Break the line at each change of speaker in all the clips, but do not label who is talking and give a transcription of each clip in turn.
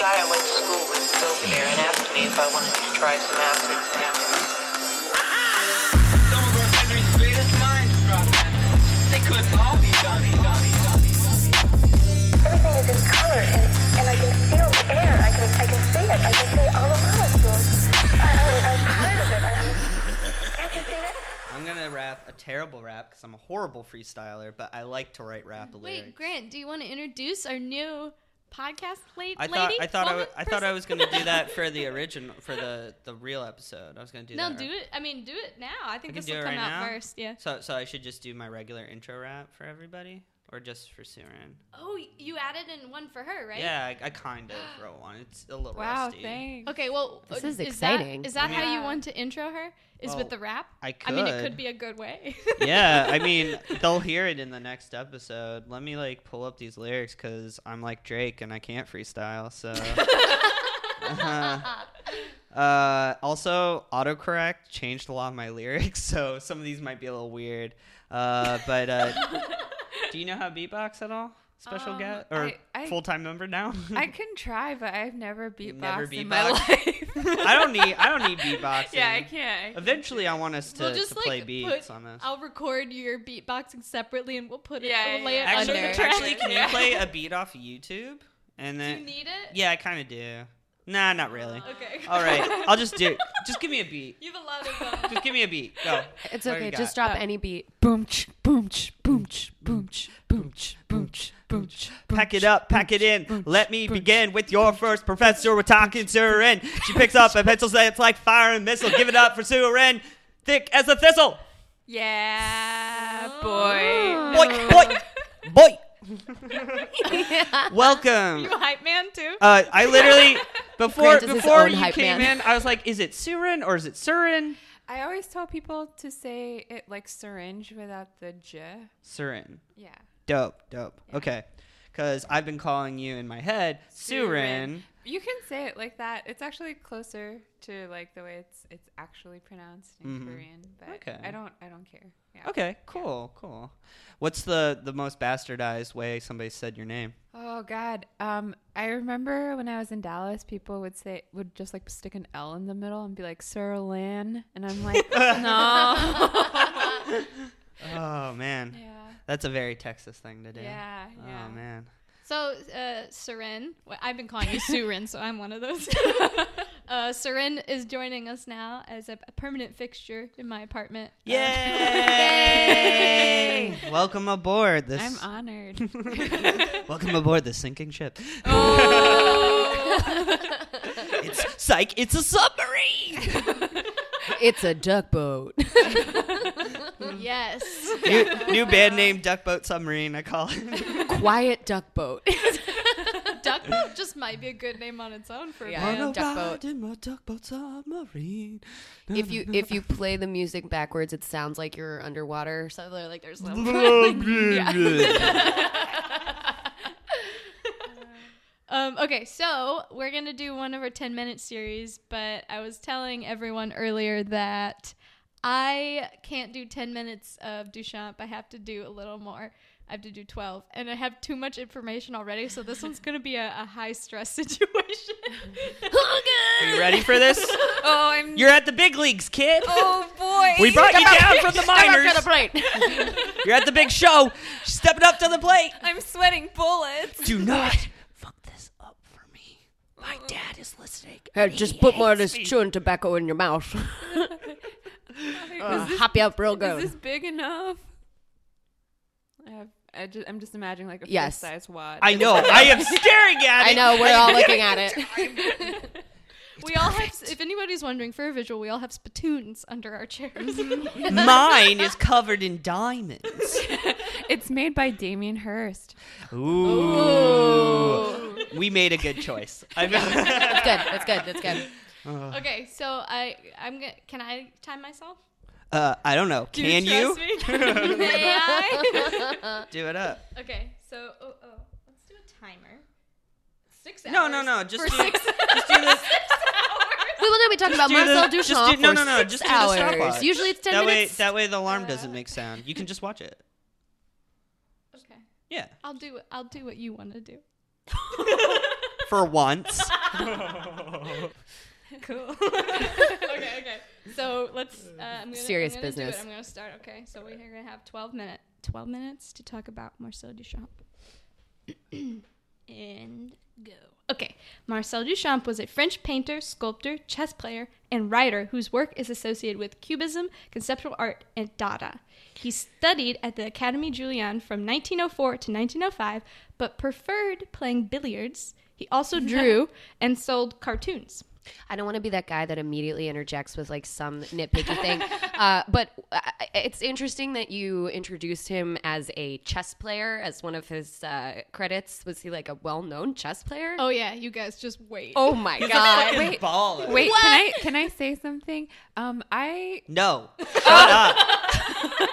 guy I went to school with was over there and asked me if I wanted to try some acid samples.
Some of our country's greatest minds dropped in. They couldn't all be dummy, dummy, dummy, dummy.
Everything is in color, and, and I can feel the air. I can, I can see it. I can see all the molecules. I, I, I'm tired of it. I, can't you see that?
I'm gonna rap a terrible rap because I'm a horrible freestyler, but I like to write rap lyrics.
Wait, Grant, do you want to introduce our new podcast late
I thought
lady?
I thought I,
Woman?
w- I thought I
Person?
was gonna do that for the original for the the real episode. I was gonna do
no,
that.
do it. I mean, do it now. I
I
think
can
this
do
will
it
come
right
out
now.
first. Yeah.
So so I should just do my regular intro rap for everybody, or just for Surin.
Oh, you added in one for her, right?
Yeah, I, I kind of wrote one. It's a little
Wow,
rusty.
thanks.
Okay, well,
This
uh,
is
that-
exciting.
Is that how you
Yeah.
want to intro her? Is
Well,
with the rap?
I
mean, it
could.
could be a good way.
yeah, I mean, they'll hear it in the next episode. Let me like pull up these lyrics because I'm like Drake and I can't freestyle. So, uh, also autocorrect changed a lot of my lyrics, so some of these might be a little weird. Uh, but uh, do you know how to beatbox at all? Special
Um,
guest or
I- I-
full time member now?
I can try, but I've never beatboxed
Never
in my life.
beatboxed? I don't need I don't need beatboxing.
Yeah, I can't. I can't.
Eventually, I want us to,
we'll just
to play
like
beats
put,
on this.
I'll record your beatboxing separately, and we'll put it.
Yeah,
we'll
yeah,
lay it
yeah.
Actually,
under.
actually, can you
Yeah.
play a beat off YouTube? And
Do
then
you need it?
yeah, I kind of do. Nah, not really.
Okay.
All right, I'll just do. Just give me a beat.
You have a lot of. Um,
Just give me a beat. Go.
It's
What do
okay.
you got?
Just drop
Oh.
any beat. Boom, ch, boom, ch, boom, ch, boom, ch, boom, ch, boom, ch, boom, ch.
Pack it up, pack it in. Let me begin with your first professor. We're talking Surin. She picks up a pencil that's like fire and missile. Give it up for Surin. Thick as a thistle.
Yeah, boy.
Oh.
Boy, boy, boy. Welcome.
you a hype man too?
Uh, I literally before
Grant is his
before
own
you
hype
came
man.
in, I was like, is it Surin or is it Surin?
I always tell people to say it like syringe without the j.
Surin.
Yeah.
Dope, dope. Okay. Because I've been calling you in my head Surin.
You can say it like that. It's actually closer to like the way it's it's actually pronounced in
Mhm.
Korean, but
Okay.
I don't I don't care. Yeah.
Okay, cool, cool. What's the the most bastardized way somebody said your name?
Oh God. Um, I remember when I was in Dallas, people would say would just like stick an L in the middle and be like Sir Lan, and I'm like, no.
Oh man,
yeah.
that's a very Texas thing to do.
Yeah. Yeah.
Oh man.
So, uh, Seren, well, I've been calling you Surin, so I'm one of those. uh, Seren is joining us now as a a permanent fixture in my apartment. Uh,
Yay! Welcome aboard this.
I'm honored.
Welcome aboard the sinking ship.
Uh,
it's psych. It's a submarine.
It's a duck boat.
yes.
new, new band name: Duck Boat Submarine. I call it.
Quiet duck boat.
Duck boat just might be a good name on its own for a
Yeah.
band.
Wanna duck boat. ride
in my duck boat submarine.
if you if you play the music backwards, it sounds like you're underwater. So they're like there's little
Um, okay, so we're gonna do one of our ten minute series, but I was telling everyone earlier that I can't do ten minutes of Duchamp. I have to do a little more. I have to do twelve, and I have too much information already. So this one's gonna be a, a high stress situation.
Are you ready for this?
oh, I'm.
You're at the big leagues, kid.
oh boy.
we brought you down from the minors.
right.
You're at the big show. Step it up to the plate.
I'm sweating bullets.
Do not fuck this up for me. My
Oh.
dad is listening.
just put more of this chewing tobacco in your mouth. Uh,
is, this,
Hop you up real
is
good.
this big enough? I have. I just, I'm just imagining like a
Yes.
size wad.
I know. I am staring at it.
I know we're all looking at it.
we all have, if anybody's wondering for a visual, we all have spittoons under our chairs.
Mine is covered in diamonds.
it's made by Damien Hirst.
Ooh. We made a good choice. I mean,
That's good. That's good. That's good.
okay, so I, I'm gonna. Can I time myself?
uh, I don't know.
Do
Can you
trust me? May I?
do it up?
Okay, so oh, oh, let's do a timer. Six hours.
No, no, no. Just
for
do,
six,
just do this.
six hours.
We will now be talking
Just
about
do the-
Marcel
just
Duchamp
do- no,
for
no, no,
six
just do the
hours.
stopwatch.
Usually it's ten
That way,
minutes.
that way the alarm doesn't make sound. You can just watch it.
Okay,
Yeah.
I'll do. I'll do what you want to do.
For for once.
Cool. okay, okay. So let's. Uh, I'm gonna,
Serious
I'm gonna do it.
business.
I'm gonna start. Okay, so we're gonna have 12 minutes. 12 minutes to talk about Marcel Duchamp. and go. Okay, Marcel Duchamp was a French painter, sculptor, chess player, and writer whose work is associated with Cubism, conceptual art, and Dada. He studied at the Académie Julian from 1904 to 1905, but preferred playing billiards. He also drew and sold cartoons.
I don't want to be that guy that immediately interjects with like some nitpicky thing. Uh, but uh, it's interesting that you introduced him as a chess player as one of his uh, credits. Was he like a well-known chess player?
Oh yeah, you guys just wait.
Oh my
He's a
god!
fucking
Wait,
baller.
Wait, can I can I say something? Um, I
No. Shut up.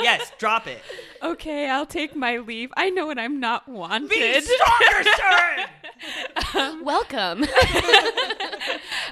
yes, drop it.
okay, I'll take my leave. I know when I'm not wanted.
stronger, sir.
welcome.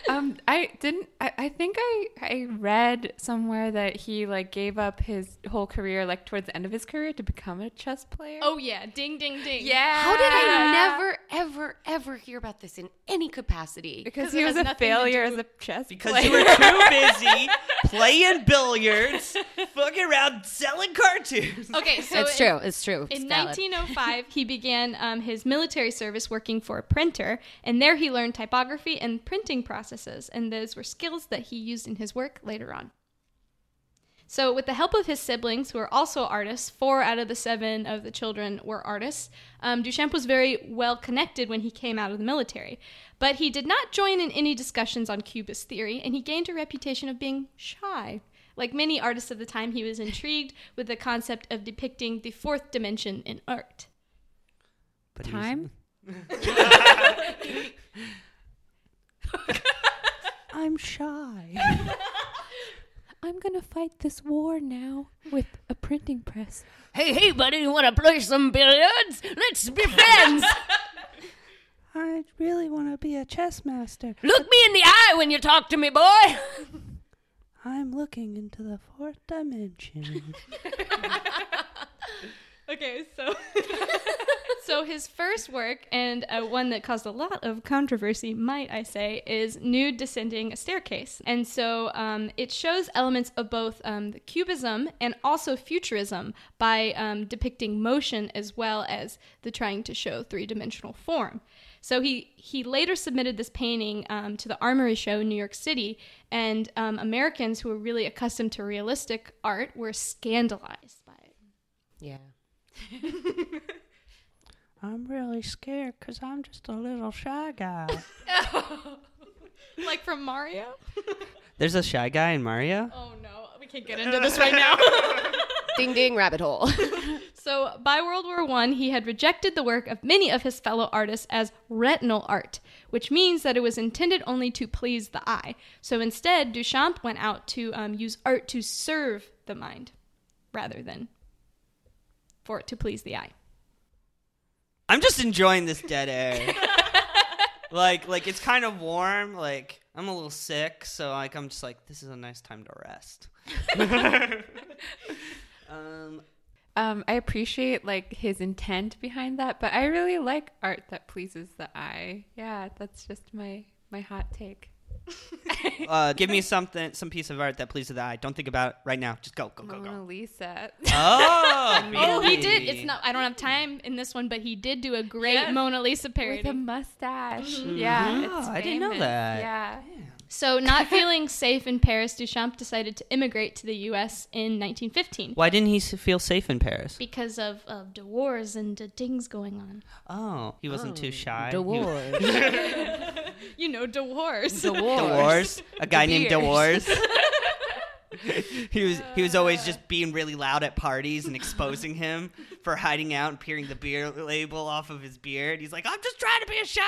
um, I didn't. I, I think I I read somewhere that he like gave up his whole career, like towards the end of his career, to become a chess player.
Oh yeah, ding ding ding.
yeah.
How did I never, ever, ever hear about this in any capacity?
Because
'Cause
he
it
was
has
a
nothing to
failure
do-
as a chess
Because
player.
you were too busy playing billiards, fucking around selling cartoons.
Okay, so
It's
in-
true. It's true. It's
In
valid.
1905, he began um, his military service working for a printer, and there he learned typography and printing processes, and those were skills that he used in his work later on. So, with the help of his siblings, who are also artists, four out of the seven of the children were artists, um, Duchamp was very well connected when he came out of the military. But he did not join in any discussions on Cubist theory, and he gained a reputation of being shy. Like many artists of the time, he was intrigued with the concept of depicting the fourth dimension in art.
But he was-
Time.
I'm shy.
I'm gonna fight this war now with a printing press.
Hey, hey, buddy, you want to play some billiards? Let's be friends.
I really want to be a chess master.
Look me in the eye when you talk to me, boy.
I'm looking into the fourth dimension.
Okay, so so his first work and uh, one that caused a lot of controversy, might I say, is "Nude Descending a Staircase," and so um, it shows elements of both um, the cubism and also futurism by um, depicting motion as well as the trying to show three-dimensional form. So he he later submitted this painting um, to the Armory Show in New York City, and um, Americans who were really accustomed to realistic art were scandalized by it.
Yeah.
I'm really scared because I'm just a little shy guy.
like from Mario?
There's a shy guy in Mario.
Oh no, we can't get into this right now.
Ding, ding, rabbit hole.
so, by World War One, he had rejected the work of many of his fellow artists as retinal art, which means that it was intended only to please the eye. So instead, Duchamp went out to um, use art to serve the mind, rather than for it to please the eye.
I'm just enjoying this dead air. like, like it's kind of warm. Like I'm a little sick, so like I'm just like this is a nice time to rest. um,
Um, I appreciate like his intent behind that, but I really like art that pleases the eye. Yeah, that's just my my hot take.
uh, give me something, some piece of art that pleases the eye. Don't think about it right now. Just go, go, go,
Mona
go.
Lisa.
Oh,
Oh, he did.
really?
It's not. I don't have time in this one, but he did do a great
Yes.
Mona Lisa parody.
With a mustache. Yeah.
Wow,
it's
Mm-hmm. Ah, I didn't know
famous.
that.
Yeah.
So, not feeling safe in Paris, Duchamp decided to immigrate to the U.S. in 1915
Why didn't he s- feel safe in Paris?
because of, of the wars and the things going on.
Oh, he wasn't too shy.
The
He was-
wars.
You know, the wars.
The wars.
Dewars, a guy named
Beers.
Dewars. he was he was always just being really loud at parties and exposing him for hiding out and peering the beer label off of his beard. He's like, I'm just trying to be a shy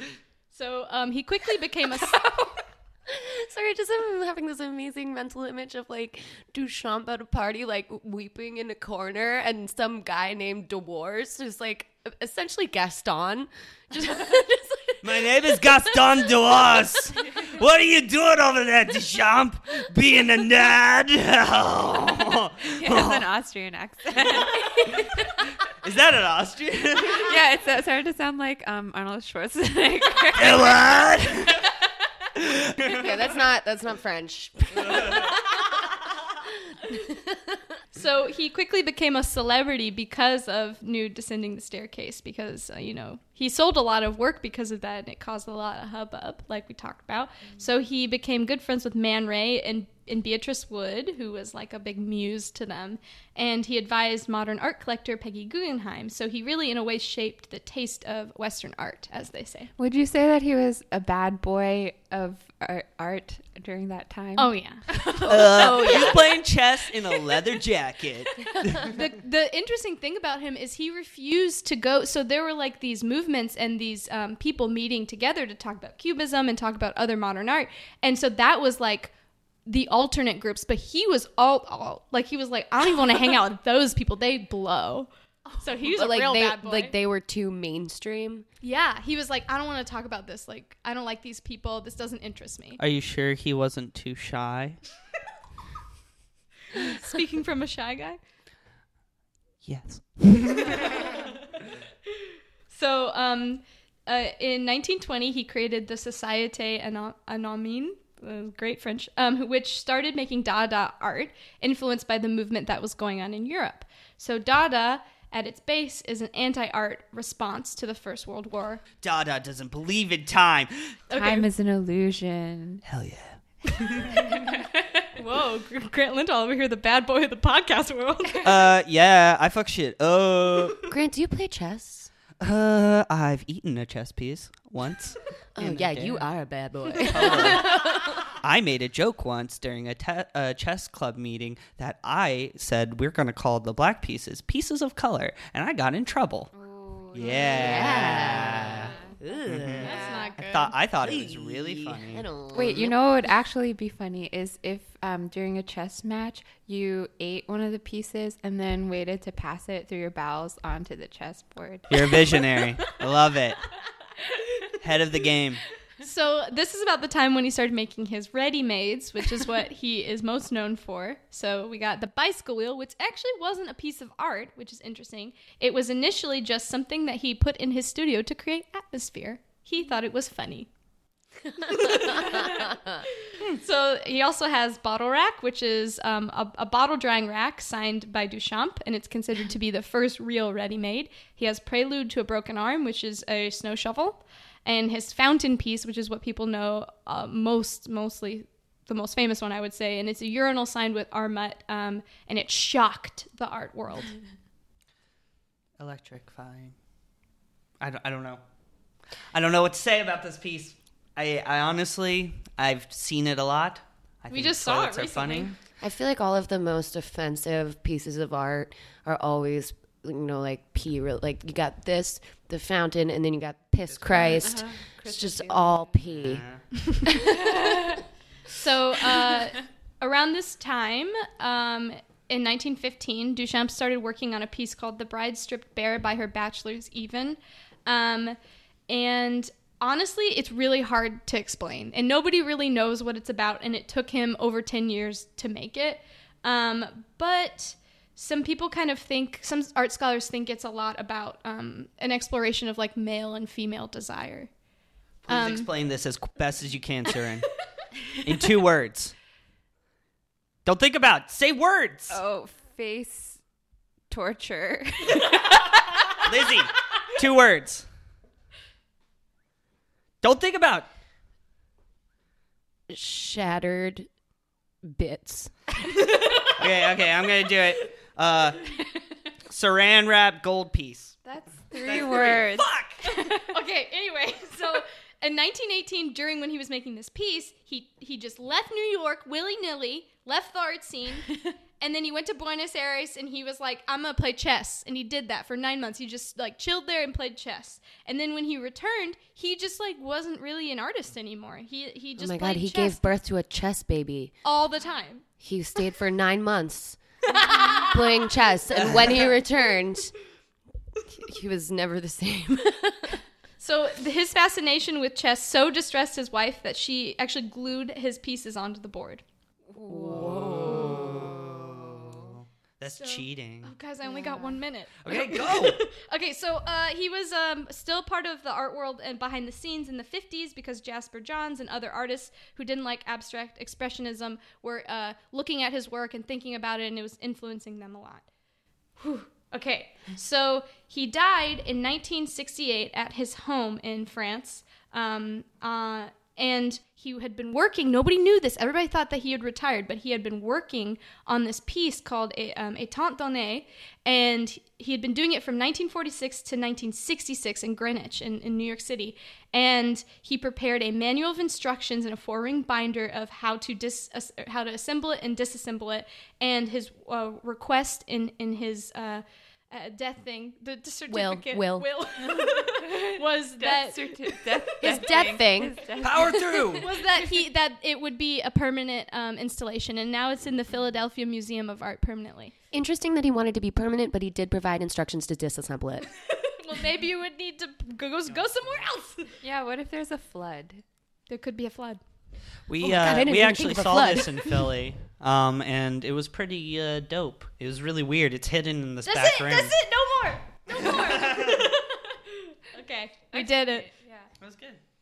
guy.
so, um, he quickly became a.
Sorry, just I'm having this amazing mental image of like Duchamp at a party, like weeping in a corner, and some guy named Dewars who's like essentially Gaston, just, just
My name is Gaston Duas. What are you doing over there, Deschamps? Being a nerd?
He has an Austrian accent.
Is that an Austrian?
yeah, it's, it started to sound like um, Arnold Schwarzenegger.
what?
yeah, that's not that's not French.
So he quickly became a celebrity because of Nude Descending the Staircase, because, uh, you know, he sold a lot of work because of that and it caused a lot of hubbub, like we talked about. So he became good friends with Man Ray and, and Beatrice Wood, who was like a big muse to them. And he advised modern art collector Peggy Guggenheim. So he really, in a way, shaped the taste of Western art, as they say.
Would you say that he was a bad boy of ar- art during that time?
Oh, yeah.
Uh, He's playing chess in a leather jacket.
the the interesting thing about him is he refused to go. So there were like these movements and these um, people meeting together to talk about cubism and talk about other modern art, and so that was like the alternate groups. But he was all all like he was like I don't even want to hang out with those people. They blow. So he was
But
a real
like they
bad boy.
like they were too mainstream.
yeah, he was like I don't want to talk about this. Like I don't like these people. This doesn't interest me.
Are you sure he wasn't too shy?
Speaking from a shy guy.
Yes.
So, um, uh, in 1920, he created the Societe Ano- Anonyme, uh, great French, um, which started making Dada art, influenced by the movement that was going on in Europe. So, Dada, at its base, is an anti-art response to the First World War.
Dada doesn't believe in time.
Time is an illusion.
Hell yeah.
Whoa, Gr- Grant Lindall over here, the bad boy of the podcast world.
Uh, yeah, I fuck shit. Uh,
Grant, do you play chess?
uh, I've eaten a chess piece once.
Oh
And
yeah,
I
you
dare.
are a bad boy.
I made a joke once during a, te- a chess club meeting that I said we're going to call the black pieces pieces of color, and I got in trouble. yeah. Mm-hmm.
That's not good.
I thought I thought it was really funny.
Wait, you know what would actually be funny is if um, during a chess match you ate one of the pieces and then waited to pass it through your bowels onto the chessboard.
You're a visionary. I love it. Head of the game.
So this is about the time when he started making his ready-mades, which is what he is most known for. So we got the bicycle wheel, which actually wasn't a piece of art, which is interesting. It was initially just something that he put in his studio to create atmosphere. He thought it was funny. so he also has bottle rack, which is um, a, a bottle drying rack signed by Duchamp, and it's considered to be the first real ready-made. He has Prelude to a Broken Arm, which is a snow shovel, and his fountain piece, which is what people know uh, most, mostly the most famous one, I would say, and it's a urinal signed with Armut, um, and it shocked the art world.
Electrifying. I don't, I don't know. I don't know what to say about this piece. I, I honestly, I've seen it a lot. I
We just saw it
toilets are funny.
recently.
I feel like all of the most offensive pieces of art are always, you know, like pee. re- Like you got this, the fountain, and then you got piss Christ.
Uh-huh.
It's just all pee.
So uh, around this time, um, in 1915, Duchamp started working on a piece called "The Bride Stripped Bare by Her Bachelor's Even," um, and honestly, it's really hard to explain, and nobody really knows what it's about. And it took him over 10 years to make it, um, but some people kind of think some art scholars think it's a lot about um, an exploration of like male and female desire.
Please
Um,
explain this as best as you can, Siren. In two words. Don't think about. it. Say words.
Oh, face torture.
Lizzie, two words. Don't think about.
Shattered bits. Oh
Okay, okay, I'm gonna do it. Uh, saran wrap gold piece.
That's three words.
okay, anyway, so in 1918, during when he was making this piece, he, he just left New York willy nilly, left the art scene, and then he went to Buenos Aires and he was like, I'm gonna play chess. And he did that for nine months. He just like chilled there and played chess. And then when he returned, he just like wasn't really an artist anymore. He he
Oh
just
my
played
god, he
chess
gave birth to a chess baby.
all the time.
He stayed for nine months playing chess, and when he returned, he was never the same.
So th- his fascination with chess so distressed his wife that she actually glued his pieces onto the board.
That's
So-
cheating.
Oh, guys, I only got one minute.
Okay, go.
Okay, so uh, he was um, still part of the art world and behind the scenes in the 50s because Jasper Johns and other artists who didn't like abstract expressionism were uh, looking at his work and thinking about it, and it was influencing them a lot. Whew. Okay, so he died in 1968 at his home in France. Um, uh, and he had been working, nobody knew this. Everybody thought that he had retired, but he had been working on this piece called A- um, Etant Donné. And he had been doing it from 1946 to 1966 in Greenwich, in, in New York City. And he prepared a manual of instructions and a four ring binder of how to, dis- as- how to assemble it and disassemble it. And his uh, request in, in his. Uh, uh, death thing, the, the certificate
will.
was that
Death certi- death,
His death thing.
Power through.
was that he that it would be a permanent um, installation, and now it's in the Philadelphia Museum of Art permanently.
Interesting that he wanted to be permanent, but he did provide instructions to disassemble it.
Well, maybe you would need to go go, go somewhere else.
Yeah, what if there's a flood?
There could be a flood.
We
Oh my God, I
uh,
didn't
we
even
actually
think of a
saw
flood.
this in Philly, um, and it was pretty uh, dope. It was really weird. It's hidden in this
That's
back
it.
room.
That's it. No more. No more. okay, we did it.
That was good.